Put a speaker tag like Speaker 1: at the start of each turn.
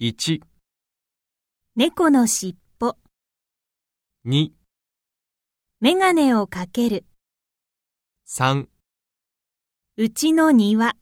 Speaker 1: 1、
Speaker 2: 猫のしっぽ、
Speaker 1: 2、
Speaker 2: メガネをかける、
Speaker 1: 3
Speaker 2: うちの庭。